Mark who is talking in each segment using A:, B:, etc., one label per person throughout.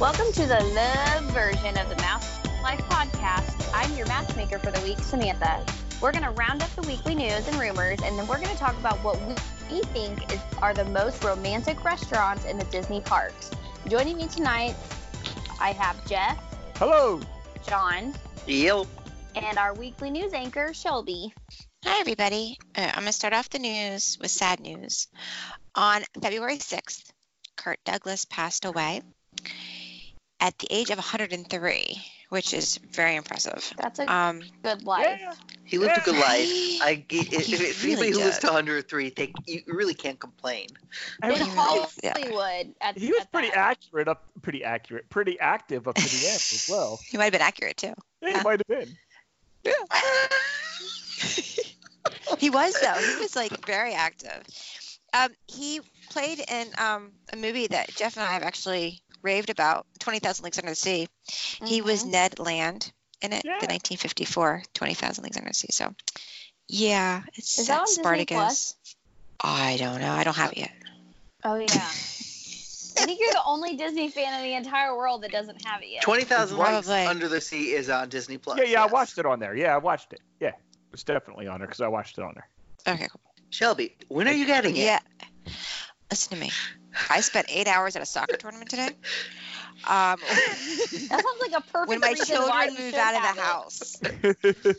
A: Welcome to the love version of the Mouse Life podcast. I'm your matchmaker for the week, Samantha. We're going to round up the weekly news and rumors, and then we're going to talk about what we think is, are the most romantic restaurants in the Disney parks. Joining me tonight, I have Jeff,
B: Hello.
A: John,
C: Yep.
A: and our weekly news anchor, Shelby.
D: Hi, everybody. Uh, I'm going to start off the news with sad news. On February 6th, Kurt Douglas passed away at the age of 103, which is very impressive.
A: That's a
D: Um,
A: good life.
C: He lived a good life.
D: he-
C: I ge- if,
D: He
C: if
D: really
C: anybody who lives
D: did.
C: to 103, think you really can't complain.
B: I
A: In
B: was-
D: Yeah. Hall-
A: Hollywood. At,
B: he was
A: at
B: pretty
A: that.
B: accurate up, pretty accurate, pretty active up to the end as well.
D: he might have been accurate, too.
B: Yeah, He might have been.
D: he was, though. He was, like, very active. Um, he played in um, a movie that Jeff and I have actually raved about, 20,000 Leagues Under the Sea. He was
A: Mhm.
D: Ned Land in it,
B: Yeah.
D: the 1954 20,000 Leagues Under the Sea. So, yeah, it's
A: Is that on Disney Plus?
D: Spartacus. I don't know. I don't have it yet.
A: Oh yeah. I think you're the only Disney fan in the entire world that doesn't have it yet.
C: 20,000 Leagues
D: Lovely.
C: Under the Sea is on Disney Plus.
B: yeah, yeah, I watched it on there. Yeah, I watched it. Yeah, it was definitely on there because I watched it on there.
D: Okay, cool.
C: Shelby, when are you getting it?
D: Yeah. Listen to me. I spent eight hours at a soccer tournament today. Um,
A: That sounds like a perfect
D: when my
A: reason why
D: children
A: you
D: move
A: should
D: out of
A: have
D: the
A: it.
D: house,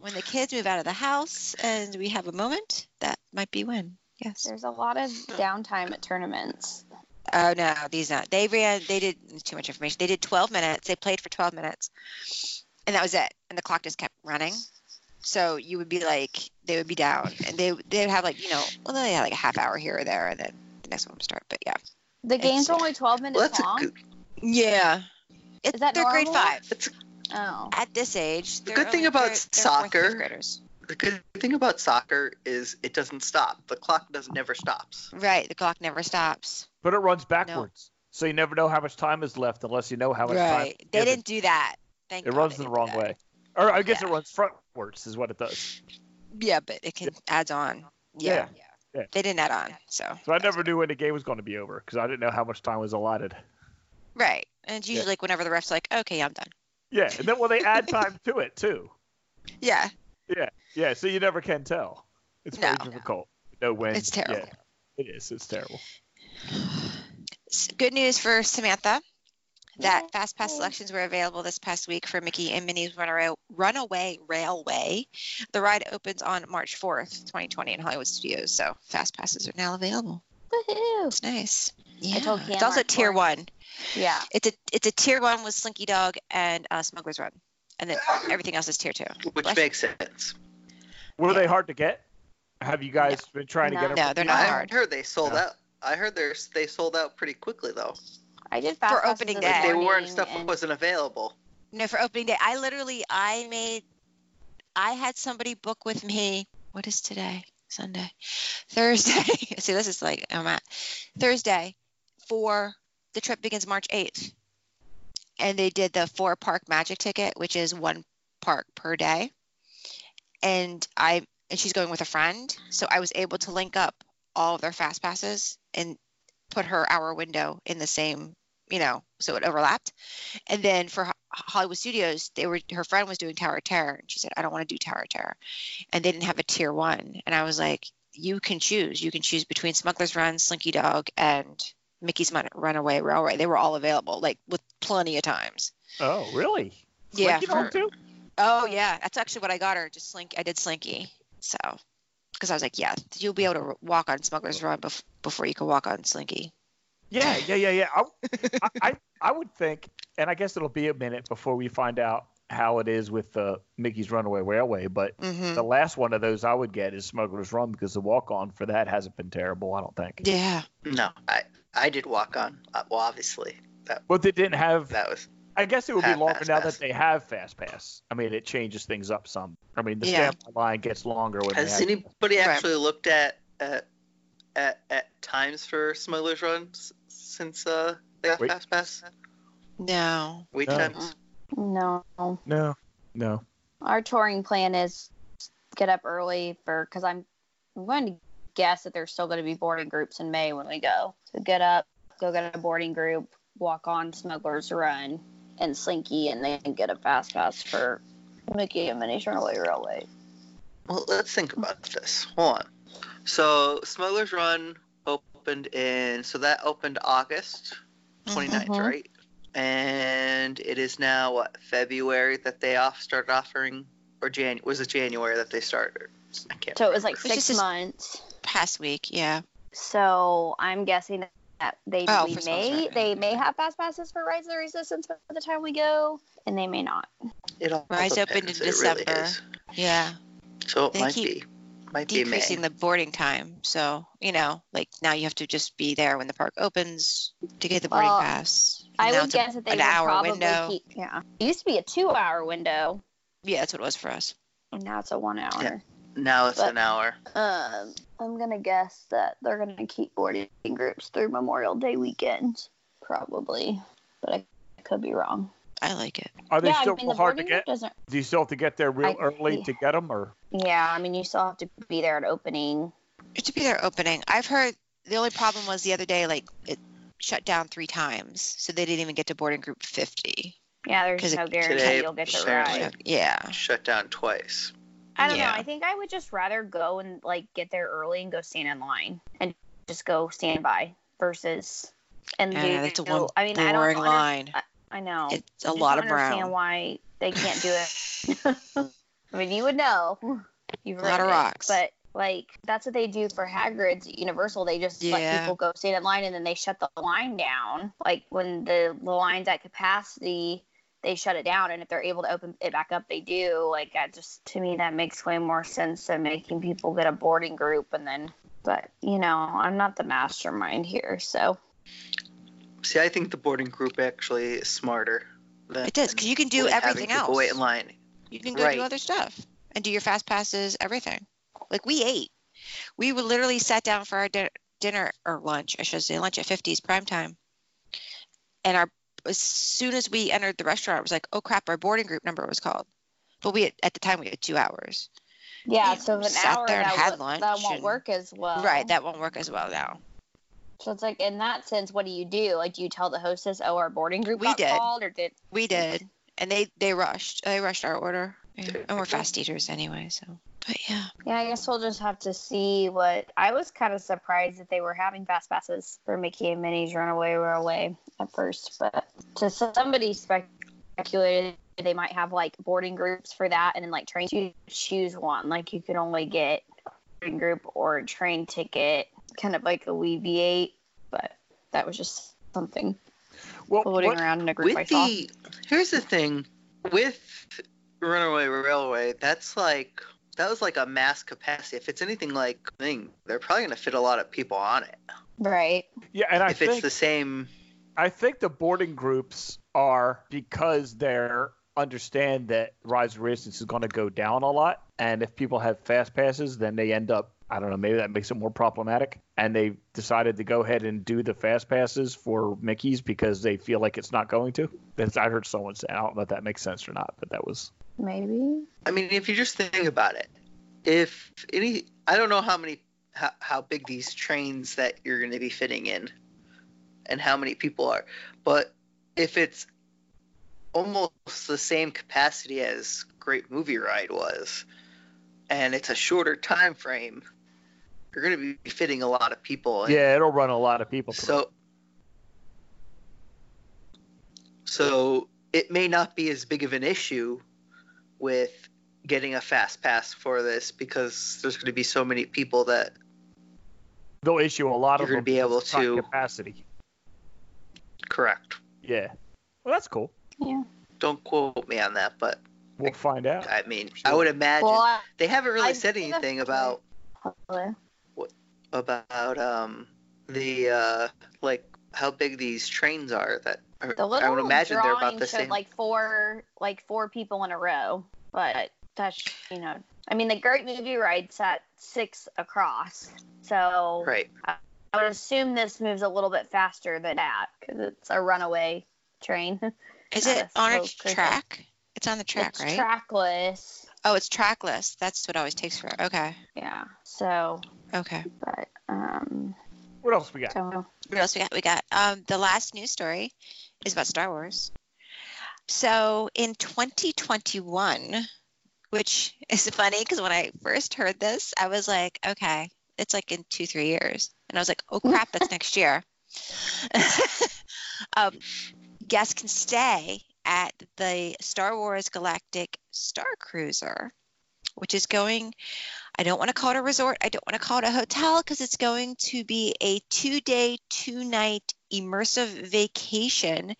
D: when the kids move out of the house and we have a moment, that might be when. Yes.
A: There's a lot of
D: Hmm.
A: downtime at tournaments.
D: Oh no, these not. They ran. They did it's too much information. They did 12 minutes. They played for 12 minutes, and that was it. And the clock just kept running. So you would be like, they would be down, and they they would have like you know, well they had like a half hour here or there, and then the next one would start. But yeah,
A: The games are only 12
C: Well,
A: minutes
C: that's, a
A: long.
C: good,
D: yeah. It's,
A: Is that
D: they're grade
A: normal?
D: five
C: that's
A: Oh.
D: at this age.
C: The
D: they're
C: good thing
D: only-
C: about
D: they're- they're fourth and fifth
C: soccer-
D: graders.
C: the good thing about soccer is it doesn't stop. The clock does never stops.
D: right? The clock never stops.
B: But it runs backwards, so you never know how much time is left unless you know how much time.
D: Right?
B: is
D: They
B: given.
D: didn't do that. Thank
B: It
D: God
B: runs
D: they
B: the
D: didn't do
B: wrong
D: that.
B: way, or I guess it
D: Yeah.
B: runs frontwards is what it does.
D: Yeah, but it can adds on. Yeah.
B: Yeah.
D: They didn't add on, so.
B: So I
D: that's
B: never knew when the game was going to be over because I didn't know how much time was allotted.
D: Right. And it's
B: Yeah.
D: usually like whenever the ref's like, okay, I'm done.
B: Yeah, and then well they add time to it too.
D: Yeah.
B: Yeah, so you never can tell. It's very
D: No.
B: difficult. No win.
D: It's terrible.
B: Yeah, it is. It's terrible.
D: S- Good news for Samantha that fast pass
A: Yay.
D: selections were available this past week for Mickey and Minnie's Runaway, Runaway Railway. The ride opens on March 4th, 2020 in Hollywood Studios, so fast passes are now available.
A: Woohoo.
D: It's nice. Yeah.
A: told Cam
D: it's also
A: March
D: tier
A: 4th.
D: 1.
A: Yeah.
D: It's a it's a tier 1 with Slinky Dog and uh, Smuggler's Run. And then everything else is tier 2.
C: Which
D: Bless-
C: makes sense.
B: Were
D: Yeah.
B: they hard to get? Have you guys been trying to
A: No.
B: get them?
D: No, they're
C: I
D: not
C: haven't
D: hard.
C: heard they sold
B: No.
C: out. I heard they're, they sold out pretty quickly though.
A: I did fast
D: For
A: passes
D: opening
A: this
D: day.
C: Like they weren't
A: morning
C: stuff
A: and-
C: wasn't available.
D: No, for opening day, I literally I made I had somebody book with me. What is today? Sunday, Thursday. See, this is like I'm at Thursday for the trip begins March eighth, and they did the four park magic ticket, which is one park per day, and I and she's going with a friend, so I was able to link up all of their fast passes and put her hour window in the same, you know, so it overlapped. And then for Ho- Hollywood Studios, they were her friend was doing Tower of Terror, and she said, "I don't want to do Tower of Terror," and they didn't have a tier one. And I was like, "You can choose. You can choose between Smuggler's Run, Slinky Dog, and Mickey's Mon- Runaway Railway. They were all available, like with plenty of times."
B: Oh, really?
D: Yeah.
B: Slinky Dog
D: for-
B: too?
D: oh yeah, that's actually what I got her. Just Slink. I did Slinky, so because I was like, "Yeah, you'll be able to r- walk on Smuggler's Run bef- before you can walk on Slinky."
B: Yeah, yeah, yeah, yeah. I, I, I, I would think, and I guess it'll be a minute before we find out how it is with uh, Mickey's Runaway Railway, but
D: Mm-hmm.
B: the last one of those I would get is Smuggler's Run because the walk on for that hasn't been terrible, I don't think.
D: Yeah.
C: No, I I did walk on. Uh, well, obviously
B: But they didn't have
C: that was
B: I guess it would be
C: Have
B: longer
C: Fast
B: now
C: Pass.
B: that they have Fast Pass. I mean, it changes things up some. I mean, the
D: Yeah.
B: standby line gets longer when
C: Has
B: they have,
C: anybody
D: Right.
C: actually looked at at, at at times for Smuggler's Run s- since uh, they got
B: Wait.
C: Fast Pass?
D: No.
C: Wait
B: No.
C: times.
A: No.
B: No, no.
A: Our touring plan is get up early for because I'm I'm going to guess that there's still going to be boarding groups in May when we go. So get up, go get a boarding group, walk on Smuggler's Run and Slinky, and then get a fast pass for Mickey and Minnie's Runaway Railway.
C: Well, let's think about this. Hold on. So Smuggler's Run opened in so that opened August 29th,
D: Mhm.
C: right? And it is now what February that they off started offering, or Jan was it January that they started? I can't.
A: So it was like
D: It was
A: six
D: just a-
A: months.
D: Past week, yeah.
A: So I'm guessing that they
D: Oh,
A: we
D: for Smuggler's
A: may
D: Run.
A: they may have fast passes for Rise of the Resistance by the time we go, and they may not.
C: It all
D: Rise up
C: depends,
D: into
C: it really
D: December.
C: is.
D: Yeah.
C: so it
D: They
C: might be,
D: keep
C: might be May.
D: Decreasing the boarding time. So, you know, like now you have to just be there when the park opens to get the boarding
A: Well,
D: pass.
A: I
D: Now
A: would
D: it's a-
A: guess that they
D: an
A: would
D: hour
A: probably
D: window.
A: keep. Yeah, it used to be a two-hour window,
D: Yeah, that's what it was for us.
A: and now it's a one-hour.
C: Yeah. now it's
A: but-
C: an hour.
A: Um, I'm gonna guess that they're gonna keep boarding groups through Memorial Day weekend, probably, but I could be wrong.
D: I like it.
B: Are they
A: yeah,
B: still
A: I mean, the
B: hard to
A: boarding group
B: get?
A: doesn't.
B: Do you still have to get there real
A: I-
B: early to get them, or
A: Yeah, I mean, you still have to be there at opening.
D: It should be their opening. I've heard the only problem was the other day, like it shut down three times, so they didn't even get to boarding group 50.
A: Yeah, there's
D: 'Cause it-
A: no guarantee
C: Today,
A: you'll get to
C: apparently.
A: ride.
D: Yeah.
C: Shut down twice.
A: I don't
D: Yeah.
A: know. I think I would just rather go and like get there early and go stand in line and just go stand by versus and do.
D: Yeah, that's a one
A: I mean, I don't.
D: Boring
A: under-
D: line.
A: I know.
D: It's a
A: I just
D: lot
A: don't
D: of
A: understand
D: brown.
A: why they can't do it. I mean, you would know. You've
D: A lot
A: read
D: of
A: it.
D: rocks.
A: But like that's what they do for Hagrid's at Universal. They just let
D: Yeah.
A: people go stand in line and then they shut the line down. Like when the line's at capacity, they shut it down. And if they're able to open it back up, they do. Like that just to me that makes way more sense than making people get a boarding group and then. But you know, I'm not the mastermind here, so
C: See, I think the boarding group actually is smarter. Than
D: It does, 'cause you can do
C: than having
D: everything
C: people
D: else.
C: Wait in line.
D: you can go
C: Right.
D: do other stuff and do your fast passes, everything. Like we ate. We were literally sat down for our din- dinner or lunch, I should say lunch at 50s prime time. And our as soon as we entered the restaurant, it was like, oh crap, our boarding group number was called. But we had, at the time we had two hours.
A: yeah.
D: Yeah,
A: So if an
D: sat
A: hour
D: there and
A: that,
D: had
A: wo-
D: lunch
A: that won't
D: and-
A: work as well,
D: Right, that won't work as well now.
A: So it's like in that sense, what do you do? Like, do you tell the hostess, "Oh, our boarding group
D: We
A: got
D: did.
A: called," or did?
D: We did, and they they rushed. They rushed our order, yeah.
C: Okay.
D: and we're fast eaters anyway. So, but yeah,
A: Yeah, I guess we'll just have to see what. I was kind of surprised that they were having fast passes for Mickey and Minnie's Runaway Railway at first, but to somebody speculated they might have like boarding groups for that, and then like train you choose one. Like you can only get a boarding group or a train ticket, kind of like alleviate. But that was just something
B: well,
A: floating
B: what-
A: around in a group I
C: With
A: saw.
C: the here's the thing, with Runaway Railway, that's like that was like a mass capacity. If it's anything like thing, they're probably gonna fit a lot of people on it.
A: right.
B: yeah, and I
C: if
B: think
C: it's the same,
B: I think the boarding groups are because they're understand that Rise of Resistance is going to go down a lot, and if people have fast passes, then they end up. I don't know. Maybe that makes it more problematic, and they decided to go ahead and do the fast passes for Mickey's because they feel like it's not going to. That's I heard someone say. I don't know if that makes sense or not, but that was
A: Maybe.
C: I mean, if you just think about it, if any, I don't know how many how, how big these trains that you're gonna be fitting in, and how many people are, but if it's almost the same capacity as Great Movie Ride was, and it's a shorter time frame, you're gonna be fitting a lot of people. in.
B: yeah. It'll run a lot of people. through.
C: So, so it may not be as big of an issue with getting a fast pass for this because there's going to be so many people that
B: they'll issue a lot of
C: You're gonna
B: them
C: be able
B: because it's not
C: to-
B: capacity.
C: correct.
B: Yeah. Well, that's cool.
A: Yeah.
C: Don't quote me on that, but
B: We'll find out.
C: I mean,
B: Sure.
C: I would imagine
A: Well, I-
C: they haven't really
A: I-
C: said anything about
A: Hello.
C: about um the uh like how big these trains are that are-
A: The little
C: I would imagine they're
A: drawing
C: about the
A: showed
C: same.
A: like four, like four people in a row. But that's you know, I mean, the Great Movie Ride sat six across, so
C: right.
A: I would assume this moves a little bit faster than that because it's a runaway train.
D: is
A: Not
D: it
A: a
D: on a
A: slow cruiser.
D: track? It's on the track,
A: it's
D: right?
A: trackless.
D: oh, it's trackless. That's what it always takes for. Okay,
A: Yeah. So,
D: okay.
A: but um,
B: What else we got?
A: So
D: what else we got? We got um, the last news story is about Star Wars. So in 2021, which is funny because when I first heard this, I was like, okay, it's like in two, three years. And I was like, oh crap, that's next year. um, guests can stay at the Star Wars Galactic Star Cruiser, which is going I don't want to call it a resort. I don't want to call it a hotel because it's going to be a two day, two night immersive vacation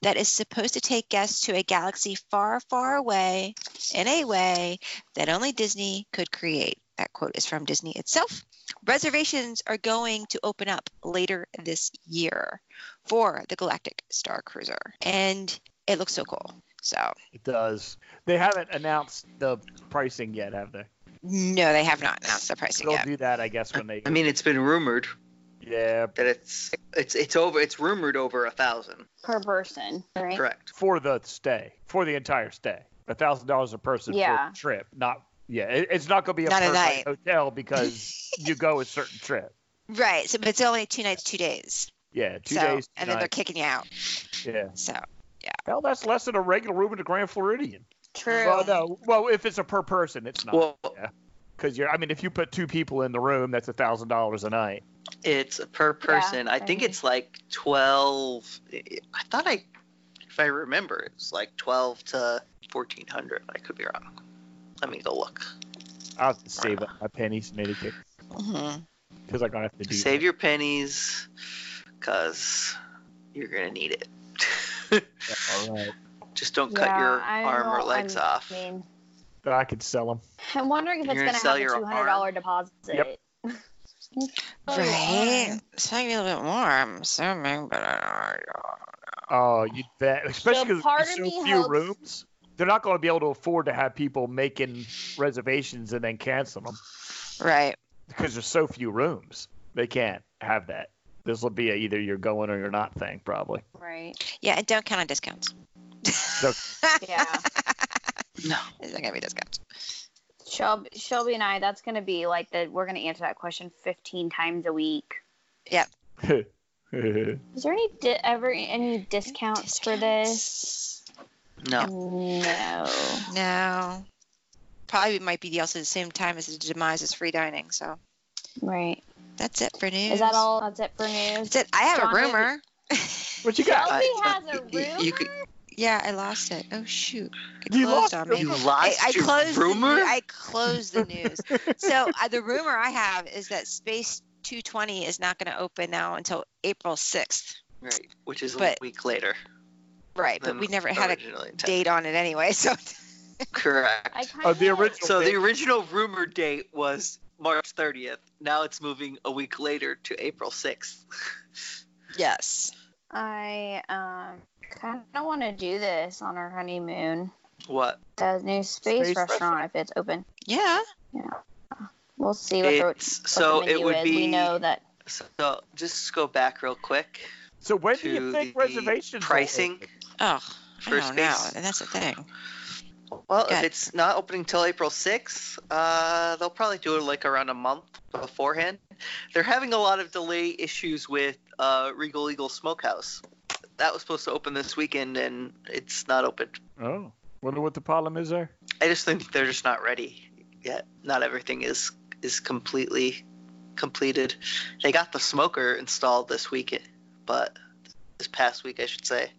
D: that is supposed to take guests to a galaxy far, far away in a way that only Disney could create. That quote is from Disney itself. Reservations are going to open up later this year for the Galactic Star Cruiser. And it looks so cool. So,
B: It does. They haven't announced the pricing yet, have they?
D: no, they have not announced the pricing
B: They'll
D: yet.
B: do that, I guess, when they.
C: I mean, it's been rumored
B: Yeah,
C: that it's it's it's over. It's rumored over a thousand.
A: per person, right?
C: Correct.
B: for the stay, for the entire stay, a thousand dollars a person
A: Yeah.
B: for a trip. Not yeah, it, it's not going to be a
D: Not a
B: per night
D: night.
B: hotel because you go a certain trip.
D: Right. So, but it's only two nights, two days.
B: Yeah, two
D: so,
B: days. two
D: and then they're
B: nights.
D: kicking you out.
B: yeah,
D: So
B: hell, that's less than a regular room at the Grand Floridian.
A: True.
B: Well, no, well, if it's a per person, it's not.
C: Well,
B: because you're. I mean, if you put two people in the room, that's a thousand dollars a night.
C: it's per person. I think
A: I
C: it's like twelve. I thought I, if I remember, it was like twelve to fourteen hundred. I could be wrong. Let me go look.
B: I'll have to save up my pennies and anything
A: Mm-hmm.
D: mhm.
B: because I'm gonna have to do.
C: Save your pennies, cause you're gonna need it.
B: that. All right,
C: Just don't cut
A: Yeah,
C: your
A: I
C: arm or
A: know,
C: legs
A: I'm-
C: off.
A: I mean,
B: but I could sell them.
A: I'm wondering if it's
C: You're
A: going
C: gonna
A: to
C: sell
A: have a
C: your
A: two hundred dollar deposit.
B: Yep.
A: Oh,
D: Right. It's maybe a little bit more. I'm assuming, but I don't know.
B: Oh, you bet. Especially because
A: part
B: there's
A: of
B: so
A: me
B: few
A: hopes-
B: rooms, they're not going to be able to afford to have people making reservations and then cancel them
D: Right.
B: because there's so few rooms. They can't have that. This will be a either you're going or you're not thing, probably.
A: Right.
D: Yeah. And don't count on discounts.
B: So,
A: Yeah.
C: No.
D: It's not gonna be discounts.
A: Shelby, Shelby and I, that's going to be like that. We're going to answer that question 15 times a week. Is there any di- ever any discounts, for this?
C: No.
A: No.
D: No. Probably might be also the same time as the demise is free dining. So
A: Right.
D: that's it for news.
A: Is that all? That's it for news.
D: That's it. I have
A: John,
D: a rumor.
B: what you got?
A: Shelby
C: I-
A: has a
C: y-
A: rumor.
C: y- You could.
D: Yeah, I lost it. Oh shoot. It
B: You
D: closed
B: lost
D: on
B: your
D: me.
C: You
D: I,
C: lost
D: I
C: your
D: closed
C: rumor.
D: The, new- I closed the news. so uh, the rumor I have is that Space 220 is not going to open now until April 6th.
C: Right, which is
D: But-
C: a week later.
D: Right, but
C: than
D: we never had a
C: originally intended.
D: date on it anyway. So
C: Correct.
A: I kind
B: Oh,
A: of.
B: the original.
C: So Uh, the original rumor date was March 30th. Now it's moving a week later to April 6th.
D: yes,
A: I um kind of want to do this on our honeymoon.
C: What?
A: The new space,
B: Space
A: restaurant,
B: restaurant.
A: if it's open.
D: yeah,
A: We'll see what the, what
C: It's so
A: the
C: it
A: menu
C: would
A: is.
C: be.
A: We know that.
C: So just go back real quick.
B: So when do you
C: to
B: think
C: the
B: reservations will
C: pricing.
B: open?
D: oh, I
C: First
D: don't know,
C: base.
D: and that's the thing.
C: Well, if
D: Good.
C: it's not opening till April 6th, uh, they'll probably do it like around a month beforehand. They're having a lot of delay issues with uh, Regal Eagle Smokehouse. That was supposed to open this weekend and it's not open.
B: Oh, wonder what the problem is there.
C: I just think they're just not ready yet. Not everything is is completely completed. They got the smoker installed this week, but this past week, I should say,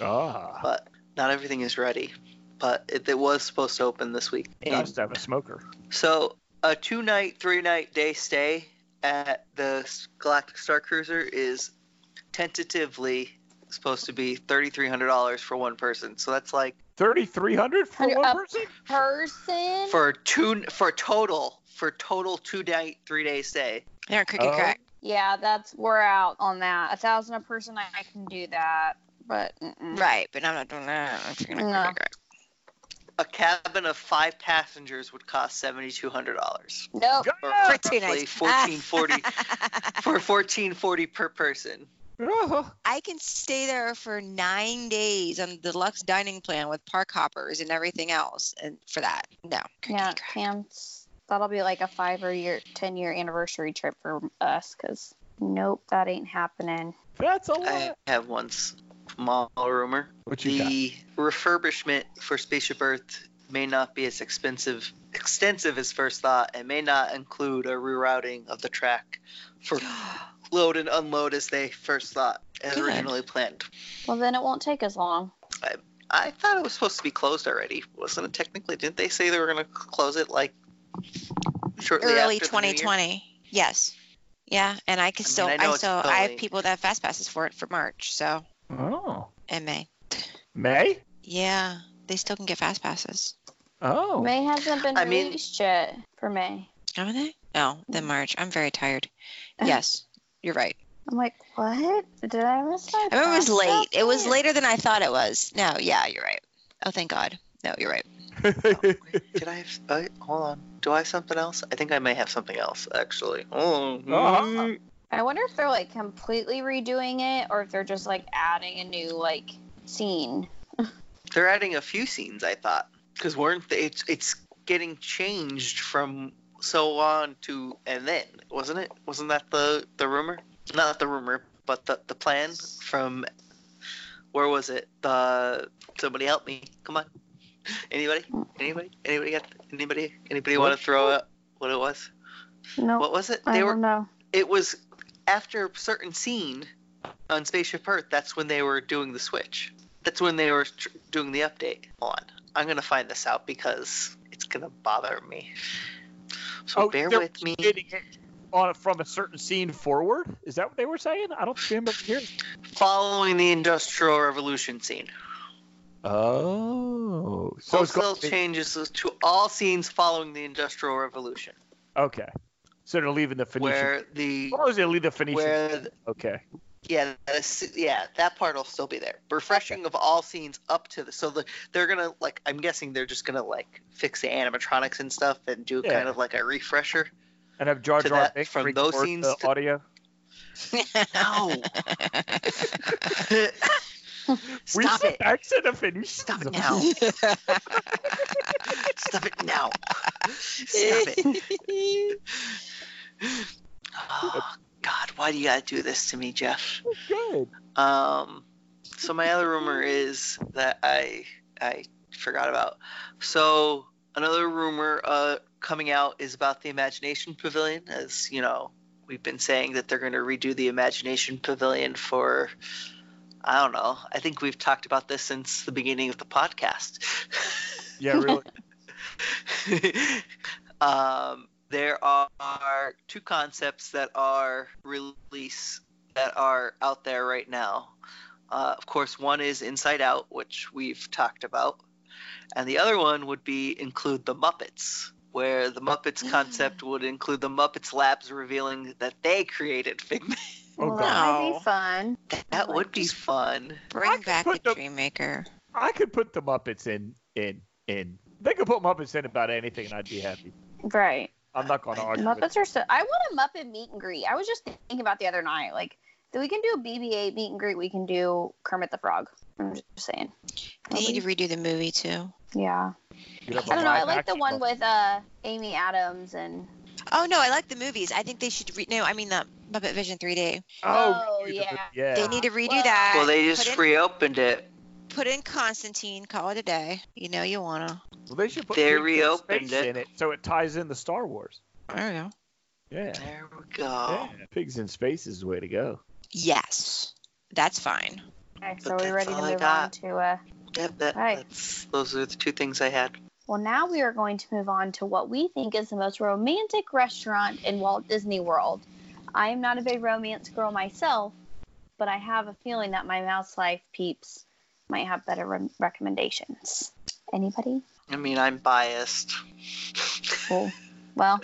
B: Ah,
C: but not everything is ready. But it, it was supposed to open this week.
B: nice to have a smoker.
C: So a two night, three night day stay at the S- Galactic Star Cruiser is tentatively supposed to be thirty three hundred dollars for one person. So that's like
B: Thirty three hundred for
A: Hundred
B: one
A: up.
B: person.
A: Person.
C: for two for total for total two night, three day stay.
D: They're cookie
B: Oh.
D: crack.
A: Yeah, that's we're out on that. A thousand a person, I, I can do that, but mm-mm.
D: Right, but I'm not doing that. I'm freaking
A: No.
D: cookie crack.
C: a cabin of five passengers would cost seventy two hundred dollars.
B: Oh,
A: nope.
D: For
B: Yeah.
C: Roughly
D: two nights.
C: fourteen forty for fourteen forty per person.
B: Oh,
D: I can stay there for nine days on the deluxe dining plan with park hoppers and everything else, and for that, no. cookie
A: Yeah,
D: crack.
A: Cam's. That'll be like a five or year, ten year anniversary trip for us, cause Nope, that ain't happening.
B: That's a
C: I
B: lot.
C: have one s- small rumor.
B: What you got?
C: The refurbishment for Spaceship Earth may not be as expensive, extensive as first thought, and may not include a rerouting of the track for load and unload as they first thought, as
D: Good.
C: originally planned.
A: Well, then it won't take as long.
C: I thought it was supposed to be closed already. Wasn't it technically? Didn't they say they were going to close it like shortly
D: Early
C: after the new year?
D: 2020. Yes. Yeah, and I
C: I
D: can
C: mean,
D: still
C: I
D: I,
C: know it's
D: still
C: still
D: I have
C: late.
D: people that have fast passes for it for March, so
B: Oh,
D: and May.
B: May.
D: Yeah, they still can get fast passes.
B: Oh,
A: May hasn't been
C: I mean-
A: released yet for May.
D: Haven't they? Oh, then
C: Mm.
D: March. I'm very tired.
A: Uh.
D: Yes, you're right.
A: I'm like, what? Did I miss that?
D: I remember it was
A: That's
D: late. It was
A: okay.
D: later than I thought it was. No, yeah, you're right. Oh, thank God. No, you're right.
B: Uh-huh.
C: Did I have? I, hold on. Do I have something else? I think I may have something else actually. Oh.
B: Uh-huh.
A: I wonder if they're like completely redoing it or if they're just like adding a new like scene.
C: They're adding a few scenes, I thought, because weren't they? It's, it's getting changed from so on to and then, wasn't it? Wasn't that the the rumor? Not the rumor, but the the plan from where was it? The somebody help me! Come on, anybody? Anybody? Anybody got? Anybody? Anybody want to throw out what it was?
A: No,
C: What was it?
A: I
C: They
A: don't
C: were.
A: know.
C: It was after a certain scene on Spaceship Earth. That's when they were doing the switch. That's when they were tr- doing the update. Hold on, I'm gonna find this out because it's gonna bother me. So
B: Oh,
C: bear
B: they're
C: with me.
B: getting it on from a certain scene forward. Is that what they were saying? I don't remember hearing.
C: Following the Industrial Revolution scene,
B: Oh, so it's
C: wholesale
B: going
C: changes to all scenes following the Industrial Revolution,
B: okay. So they're leaving the Phoenician.
C: where the
B: oh, they leave the Phoenician.
C: where the,
B: okay.
C: Yeah, that's, yeah, that part will still be there. Refreshing of all scenes up to the so the, they're gonna like I'm guessing they're just gonna like fix the animatronics and stuff and do
B: Yeah.
C: kind of like a refresher.
B: And have Jar
C: To
B: Jar
C: that-
B: Binks
C: from
B: bring
C: those
B: forth
C: scenes
B: the
C: to-
B: audio.
C: No,
B: We
C: stop
B: sit
C: it!
B: back to the Phoenician.
C: Stop it now! Stop it now! Stop it! Oh, God, why do you gotta do this to me, Jeff?
B: Good.
C: Um, so my other rumor is that I I forgot about. So another rumor uh, coming out is about the Imagination Pavilion. As you know, we've been saying that they're going to redo the Imagination Pavilion for. I don't know. I think we've talked about this since the beginning of the podcast.
B: Yeah, really.
C: um, there are two concepts that are release that are out there right now. Uh, of course, one is Inside Out, which we've talked about, and the other one would be include the Muppets, where the Muppets concept would include the Muppets Labs revealing that they created Figment.
B: Oh
A: well,
B: god,
A: that might
D: No.
A: be fun.
C: That would be fun.
B: I
D: Bring
B: could
D: back the
B: put the-
D: dream maker.
B: I could put the Muppets in in in. They could put Muppets in about anything, and I'd be happy.
A: Right.
B: I'm not going to argue. with
A: Muppets are so. I want a Muppet meet and greet. I was just thinking about the other night. Like, that we can do a BB-8 meet and greet. We can do Kermit the Frog. I'm just saying.
D: They need to redo the movie too.
A: yeah.
B: you have a
A: I don't know. I
B: live
A: like the
B: action
A: one
B: Muppet.
A: with uh Amy Adams and.
D: Oh no, I like the movies. I think they should re- no. I mean the Muppet Vision 3D.
A: Oh,
B: you-
A: yeah.
B: yeah.
D: They need to redo
A: Well-
D: that.
C: Well, they just
D: put in,
C: reopened it.
D: put in Constantine. Call it a day. You know you wanna.
B: Well, they should put
C: They
B: Deep Space
C: reopened
B: Space
C: it.
B: in it, so it ties in the Star Wars.
D: There you go.
B: Yeah.
C: There we go.
B: Yeah. Pigs in space is the way to go.
D: Yes, that's fine.
A: Okay, so
C: But
A: we're
C: that's
A: ready to
C: all I
A: move on
C: got.
A: to uh.
C: Yep, that,
A: Right.
C: that's, those are the two things I had.
A: Well, now we are going to move on to what we think is the most romantic restaurant in Walt Disney World. I am not a big romance girl myself, but I have a feeling that my Mouse Life peeps might have better re- recommendations. Anybody?
C: I mean, I'm biased.
A: Cool. Well,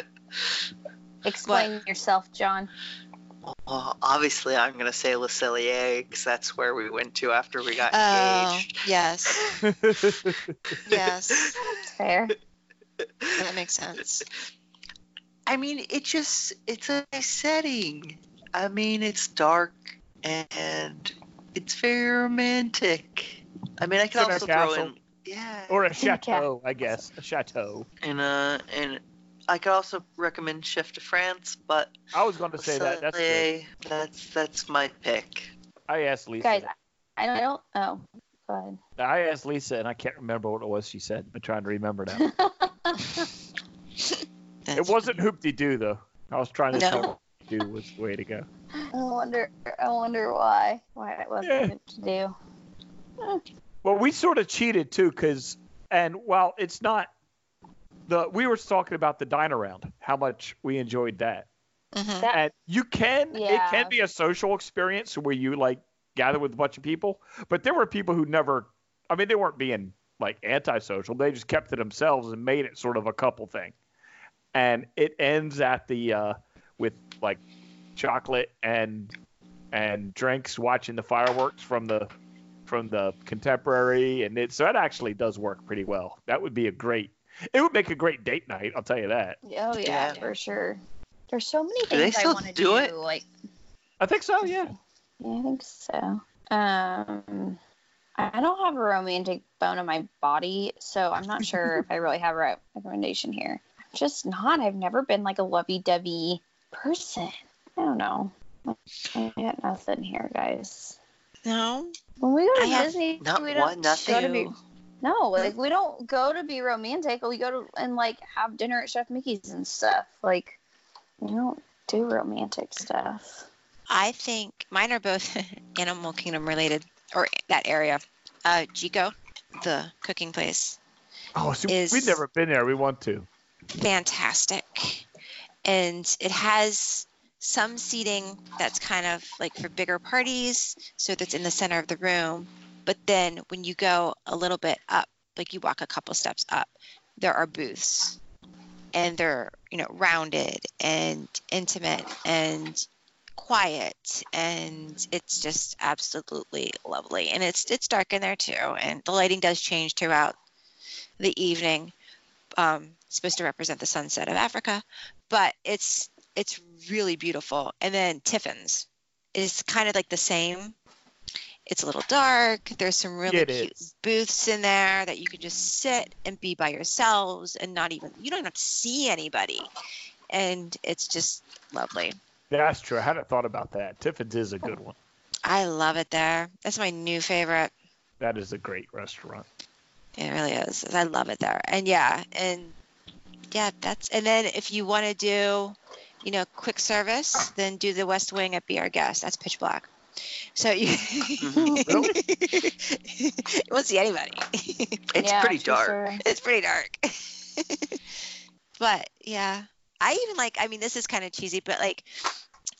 A: explain yourself, John.
C: Well, obviously, I'm going to say Le Cellier because that's where we went to after we got
D: Oh
C: engaged.
D: yes, yes,
A: That's fair.
D: that makes sense.
C: I mean, it just, it's a setting. I mean, it's dark and it's very romantic. I mean, I could
B: In a
C: also throw
B: castle.
C: in, yeah,
B: or a
A: Okay.
B: chateau, I guess. A chateau.
C: in a, in I could also recommend Chef de France, but
B: I was going to say that. That's good.
C: sadly, that's that's my pick.
B: I asked Lisa.
A: Guys,
B: that.
A: I don't, I don't. Oh, go ahead.
B: I asked Lisa, and I can't remember what it was she said. I'm trying to remember now. it
D: That's-
B: wasn't hoopty doo though. I was trying to
D: No.
B: tell her doo was the way to go.
A: I wonder. I wonder why. Why it wasn't
B: Yeah.
A: good to do.
B: Well, we sort of cheated too, because and while it's not the we were talking about the dine around, how much we enjoyed that,
D: Mhm.
A: That
B: and you can
A: Yeah.
B: it can be a social experience where you like gather with a bunch of people, but there were people who never, I mean, they weren't being like antisocial, they just kept to themselves and made it sort of a couple thing, and it ends at the uh, with like chocolate and and drinks, watching the fireworks from the from the contemporary, and it so that actually does work pretty well. That would be a great. It would make a great date night. I'll tell you that.
A: oh yeah,
C: Yeah.
A: for sure. There's so many
C: Do they
A: things I
C: still
A: want to
C: do
A: do.
C: it?
A: Like
B: I think so. Yeah.
A: yeah, I think so. Um, I I don't have a romantic bone in my body, so I'm not sure if I really have a re- recommendation here. I'm just not. I've never been like a lovey-dovey person. I don't know. I got nothing here, guys.
D: No.
A: When we go
D: I
A: to
D: have
A: Disney,
C: not
A: we don't
C: one, not
A: go to be
D: two.
A: No, like we don't go to be romantic. We go to and like have dinner at Chef Mickey's and stuff. Like we don't do romantic stuff.
D: I think mine are both Animal Kingdom related or that area. Uh, Chico, the cooking place,
B: Oh, see,
D: Is-
B: we've never been there. We want to.
D: fantastic. And it has some seating that's kind of like for bigger parties, so that's in the center of the room. But then when you go a little bit up, like you walk a couple steps up, there are booths and they're, you know, rounded and intimate and quiet and it's just absolutely lovely. And it's it's dark in there too and the lighting does change throughout the evening um, it's supposed to represent the sunset of Africa, but it's it's really beautiful. And then Tiffin's is kind of like the same. It's a little dark. There's some really
B: It
D: cute
B: is.
D: booths in there that you can just sit and be by yourselves and not even you don't even have to see anybody. And it's just lovely.
B: That's true. I hadn't thought about that. Tiffin's is a good one.
D: I love it there. That's my new favorite.
B: That is a great restaurant.
D: It really is. I love it there. And yeah, and yeah, that's and then if you want to do, you know, quick service, then do the West Wing at Be Our Guest. That's pitch black. So you
B: Really?
D: you won't see anybody.
C: It's
A: Yeah,
C: pretty
A: for
C: dark.
A: sure.
D: it's pretty dark. but yeah, I even like. I mean, this is kind of cheesy, but like,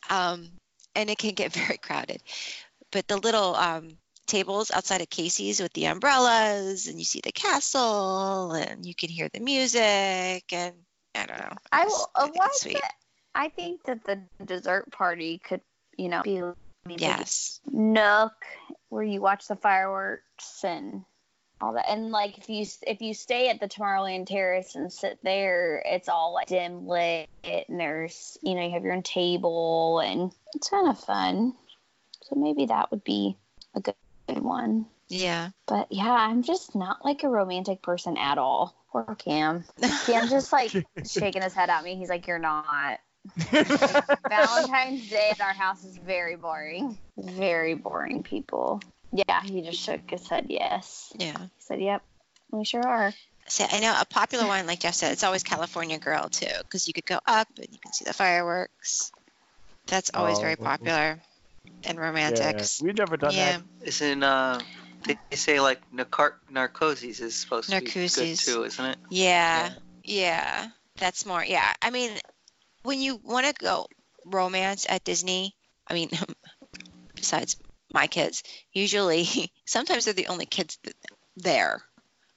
D: um, and it can get very crowded. But the little um tables outside of Casey's with the umbrellas, and you see the castle, and you can hear the music, and I don't know.
A: I
D: It's-
A: will. Uh,
D: it's
A: why is
D: sweet.
A: it- I think that the dessert party could, you know, be maybe like
D: Yes.
A: a nook where you watch the fireworks and all that. And like if you s- if you stay at the Tomorrowland Terrace and sit there, it's all like dim lit, and there's you know you have your own table, and it's kind of fun. So maybe that would be a good good one.
D: Yeah.
A: But yeah, I'm just not like a romantic person at all. Poor Cam. Cam's just like shaking his head at me. He's like, "You're not." Valentine's Day at our house is very boring. Very boring, people. Yeah, he just shook his head. Yes,
D: yeah.
A: he said, "Yep, we sure are."
D: So I know a popular one, like Jeff said, it's always California Girl too, because you could go up and you can see the fireworks. That's always
B: Oh,
D: very
B: well, well.
D: popular and romantic.
B: yeah. We've never done
D: Yeah,
C: Isn't uh, they they say like narcar- narcosis is supposed to be good
D: Narcosis.
C: too, isn't it?
D: yeah, yeah. That's more. Yeah, I mean, when you want to go romance at Disney, I mean, besides my kids, usually sometimes they're the only kids th- there,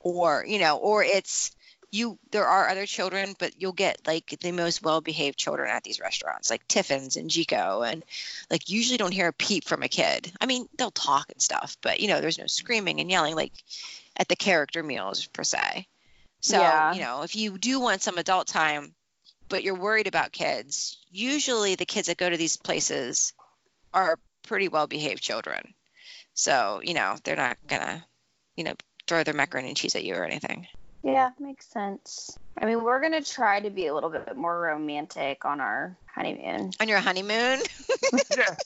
D: or you know, or it's you. There are other children, but you'll get like the most well-behaved children at these restaurants, like Tiffin's and Jico, and like usually don't hear a peep from a kid. I mean, they'll talk and stuff, but you know, there's no screaming and yelling like at the character meals per se. So
A: Yeah.
D: you know, if you do want some adult time, but you're worried about kids, usually the kids that go to these places are pretty well behaved children. So, you know, they're not going to, you know, throw their macaroni and cheese at you or anything.
A: Yeah, makes sense. I mean, we're gonna try to be a little bit more romantic on our honeymoon.
D: On your honeymoon?
B: yeah.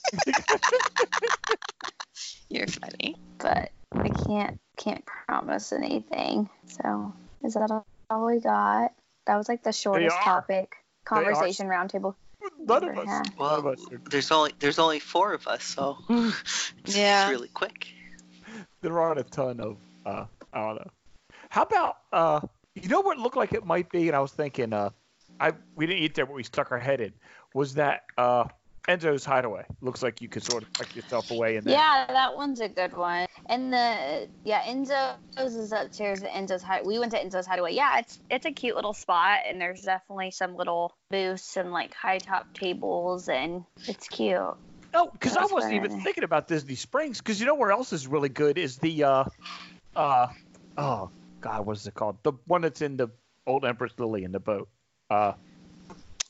D: You're funny.
A: but I can't can't promise anything. So is that all we got? That was like the shortest
B: are.
A: topic conversation roundtable.
B: None of
A: ever
B: us.
A: had.
B: None of
C: Well,
B: us.
C: there's only there's only four of us, so it's
D: Yeah.
C: really quick.
B: There aren't a ton of. Uh, I don't know. How about uh, you know what looked like it might be, and I was thinking, uh, I we didn't eat there, but we stuck our head in. Was that uh, Enzo's Hideaway? Looks like you could sort of tuck yourself away in there.
A: Yeah, that one's a good one. And the yeah, Enzo's is upstairs. at Enzo's hide. We went to Enzo's Hideaway. Yeah, it's it's a cute little spot, and there's definitely some little booths and like high top tables, and it's cute.
B: No, because I
A: That's
B: wasn't even
A: funny.
B: thinking about Disney Springs. Because you know where else is really good is the, uh, uh, oh God, what is it called? The one that's in the old Empress Lily in the boat. Uh,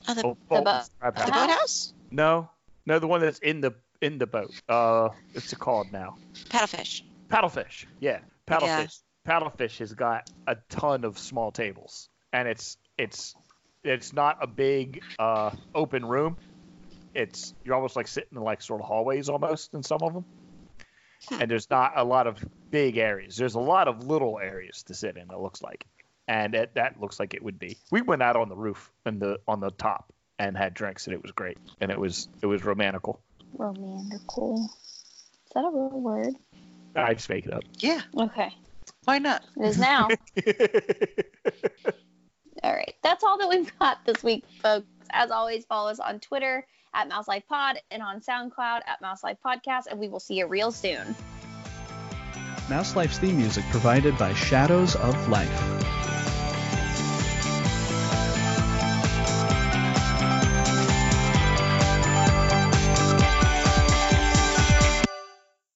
D: Oh, the,
B: Bol- Bolton's
A: boat.
B: Crab
D: the
B: House.
A: Uh-huh.
D: boathouse?
B: No, no, the one that's in the in the boat. Uh, what's it called now?
D: Paddlefish.
B: Paddlefish. Yeah,
D: Yeah.
B: paddlefish. Paddlefish has got a ton of small tables, and it's it's it's not a big uh, open room. It's you're almost like sitting in like sort of hallways almost in some of them, and there's not a lot of big areas. There's a lot of little areas to sit in. It looks like, and it, that looks like it would be. We went out on the roof and the on the top and had drinks, and it was great, and it was it was romantical.
A: Romantical. Is that a real word?
B: I just make it
C: Yeah,
A: Okay,
C: why not?
A: it is now.
B: up.
A: All right. That's all that we've got this week, folks. As always, follow us on Twitter at Mouse Life Pod and on SoundCloud at Mouse Life Podcast, and we will see you real soon.
E: Mouse Life's theme music provided by Shadows of Life.